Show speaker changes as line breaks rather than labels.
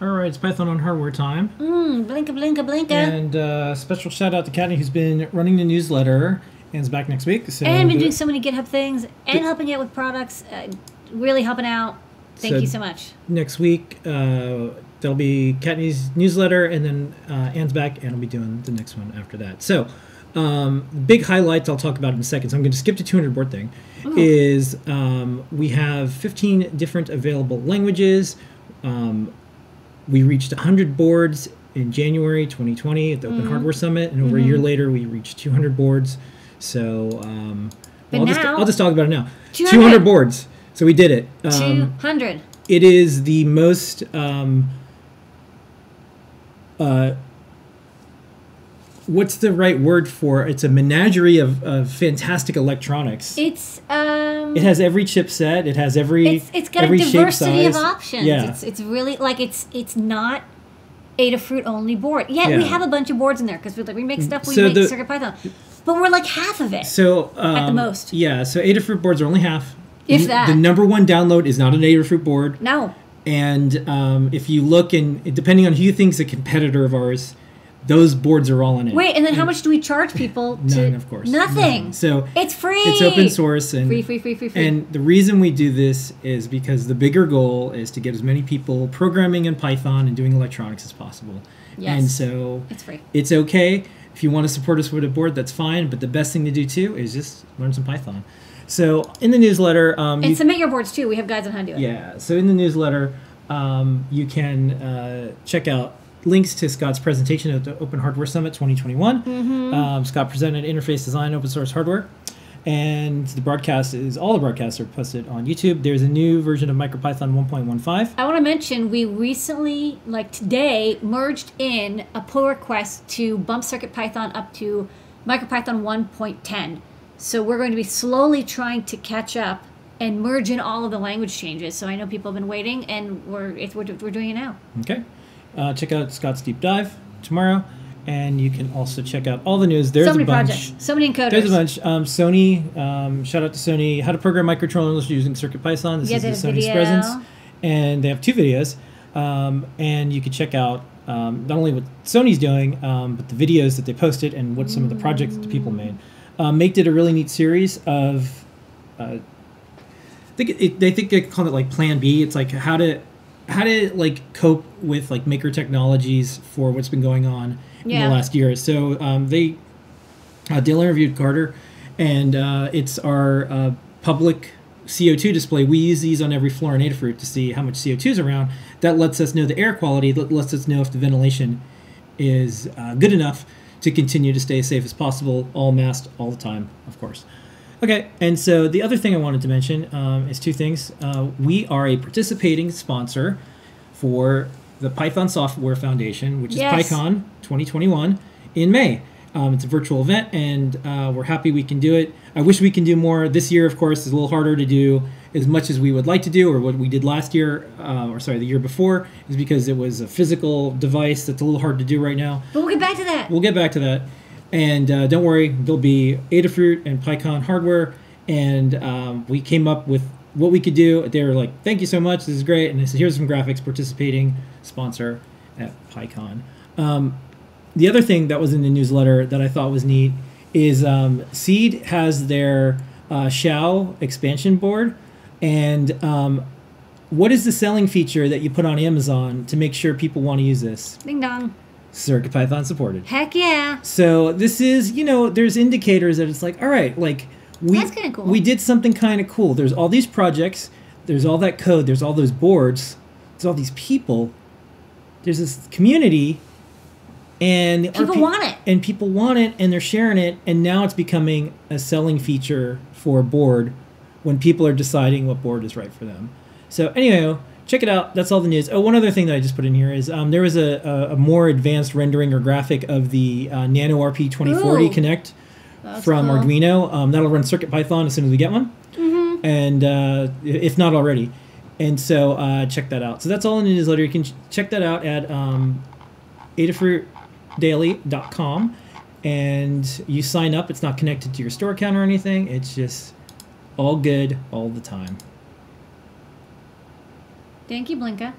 All right, it's Python on Hardware time.
Mm, blinka, blinka, blinka. And,
And uh, special shout out to Katty, who's been running the newsletter and is back next week. So
been doing so many GitHub things and helping out with products. Uh, really helping out. Thank
So-
you so much.
next week, uh, there'll be Katney's newsletter, and then uh, Anne's back, and I'll be doing the next one after that. So, um, big highlights I'll talk about in a second. So I'm going to skip the 200 word thing.
Oh.
Is um, we have 15 different available languages. Um, we reached 100 boards in January 2020 at the
Mm-hmm.
Open Hardware Summit, and over a year later, we reached 200 boards. So, um,
But
I'll, just,
now-
I'll just talk about it now.
200.
200 boards. So we did it. Um,
200.
it is the most um, uh, what's the right word for it's a menagerie of, of fantastic electronics
It's, um...
it has every chipset it has every
it's, it's got a
every shape,
diversity of
size.
options.
yeah
It's, it's really like it's it's not Adafruit only board. Yet we
Yeah. Mm,
have a bunch of boards in there because we like we make stuff. We
So
make
the-
Circuit Python, but we're like half of it.
so um,
most.
yeah so adafruit boards are only half
If
N-
that.
the number one download is not an adafruit board
no,
and um, if you look and depending on who you think's a competitor of ours those boards are all in it
wait, and then how much do we charge people? To,
Mm. none of course
nothing.
None. so
it's free.
it's open source and
Free, free, free, free, free.
and the reason we do this is because the bigger goal is to get as many people programming in python and doing electronics as possible
Yes.
and so
it's free.
it's okay if you want to support us with a board that's fine but the best thing to do too is just learn some python so in the newsletter um, you
And submit your boards too. We have guides on how to do it.
yeah. So in the newsletter, um, you can uh, check out links to Scott's presentation at the Open Hardware Summit 2021.
Mm-hmm.
Um, Scott presented interface design, open source hardware. And the broadcast is all the broadcasts are posted on YouTube. There's a new version of MicroPython 1.15.
I want to mention we recently, like today, merged in a pull request to bump Circuit Python up to MicroPython 1.10. So we're going to be slowly trying to catch up and merge in all of the language changes. So I know people have been waiting, and we're it's, we're, we're doing it now.
Okay. Uh, check out Scott's deep dive tomorrow, and you can also check out all the news. There's
so many
a bunch.
projects, so many encoders.
There's a bunch. Um, Sony, um, shout out to Sony. How to program microcontrollers using CircuitPython. This
Yeah, they
is the
have a
Sony's
video.
presence, and they have two videos. Um, and you can check out um, not only what Sony's doing, um, but the videos that they posted and what some of the projects that the people made. Um, Make did a really neat series of. Uh, I think it, it, they think they call it like Plan B. It's like how to how to like cope with like maker technologies for what's been going on in
Yeah.
the last year. So um, they uh, Dale interviewed Carter, and uh, it's our uh, public CO2 display. We use these on every floor in Adafruit to see how much CO2 is around. That lets us know the air quality, that lets us know if the ventilation is uh, good enough to continue to stay as safe as possible, all masked, all the time, of course. Okay, and so the other thing I wanted to mention um, is two things. Uh, we are a participating sponsor for the Python Software Foundation, which
Yes.
is PyCon 2021 in May. Um, it's a virtual event, and uh, we're happy we can do it. I wish we can do more. This year, of course, is a little harder to do as much as we would like to do, or what we did last year, uh, or sorry, the year before, is because it was a physical device that's a little hard to do right now.
but we'll get back to that.
We'll get back to that. And uh, don't worry, there'll be Adafruit and PyCon hardware. And um, we came up with what we could do. They were like, thank you so much. This is great. And I said, here's some graphics participating sponsor at PyCon. Um, the other thing that was in the newsletter that I thought was neat is um, Seed has their uh, Shao expansion board. And um, what is the selling feature that you put on Amazon to make sure people want to use this?
Ding dong.
CircuitPython supported.
Heck yeah.
So this is, you know, there's indicators that it's like, all right, like we
That's kinda cool.
we did something kind of cool. There's all these projects, there's all that code, there's all those boards, there's all these people, there's this community, and our
People
pe-
want it.
and people want it, and they're sharing it, and now it's becoming a selling feature for a board when people are deciding what board is right for them. So anyhow. Check it out. That's all the news. Oh, one other thing that I just put in here is um, there was a, a, a more advanced rendering or graphic of the uh, Nano RP 2040
Ooh.
Connect
That's
from
cool.
Arduino. Um, that'll run CircuitPython as soon as we get one,
Mm-hmm.
and uh, i- if not already. And so uh, check that out. So that's all in the newsletter. You can ch- check that out at um, adafruitdaily.com, and you sign up. It's not connected to your store account or anything. It's just all good all the time.
Thank you, Blinka.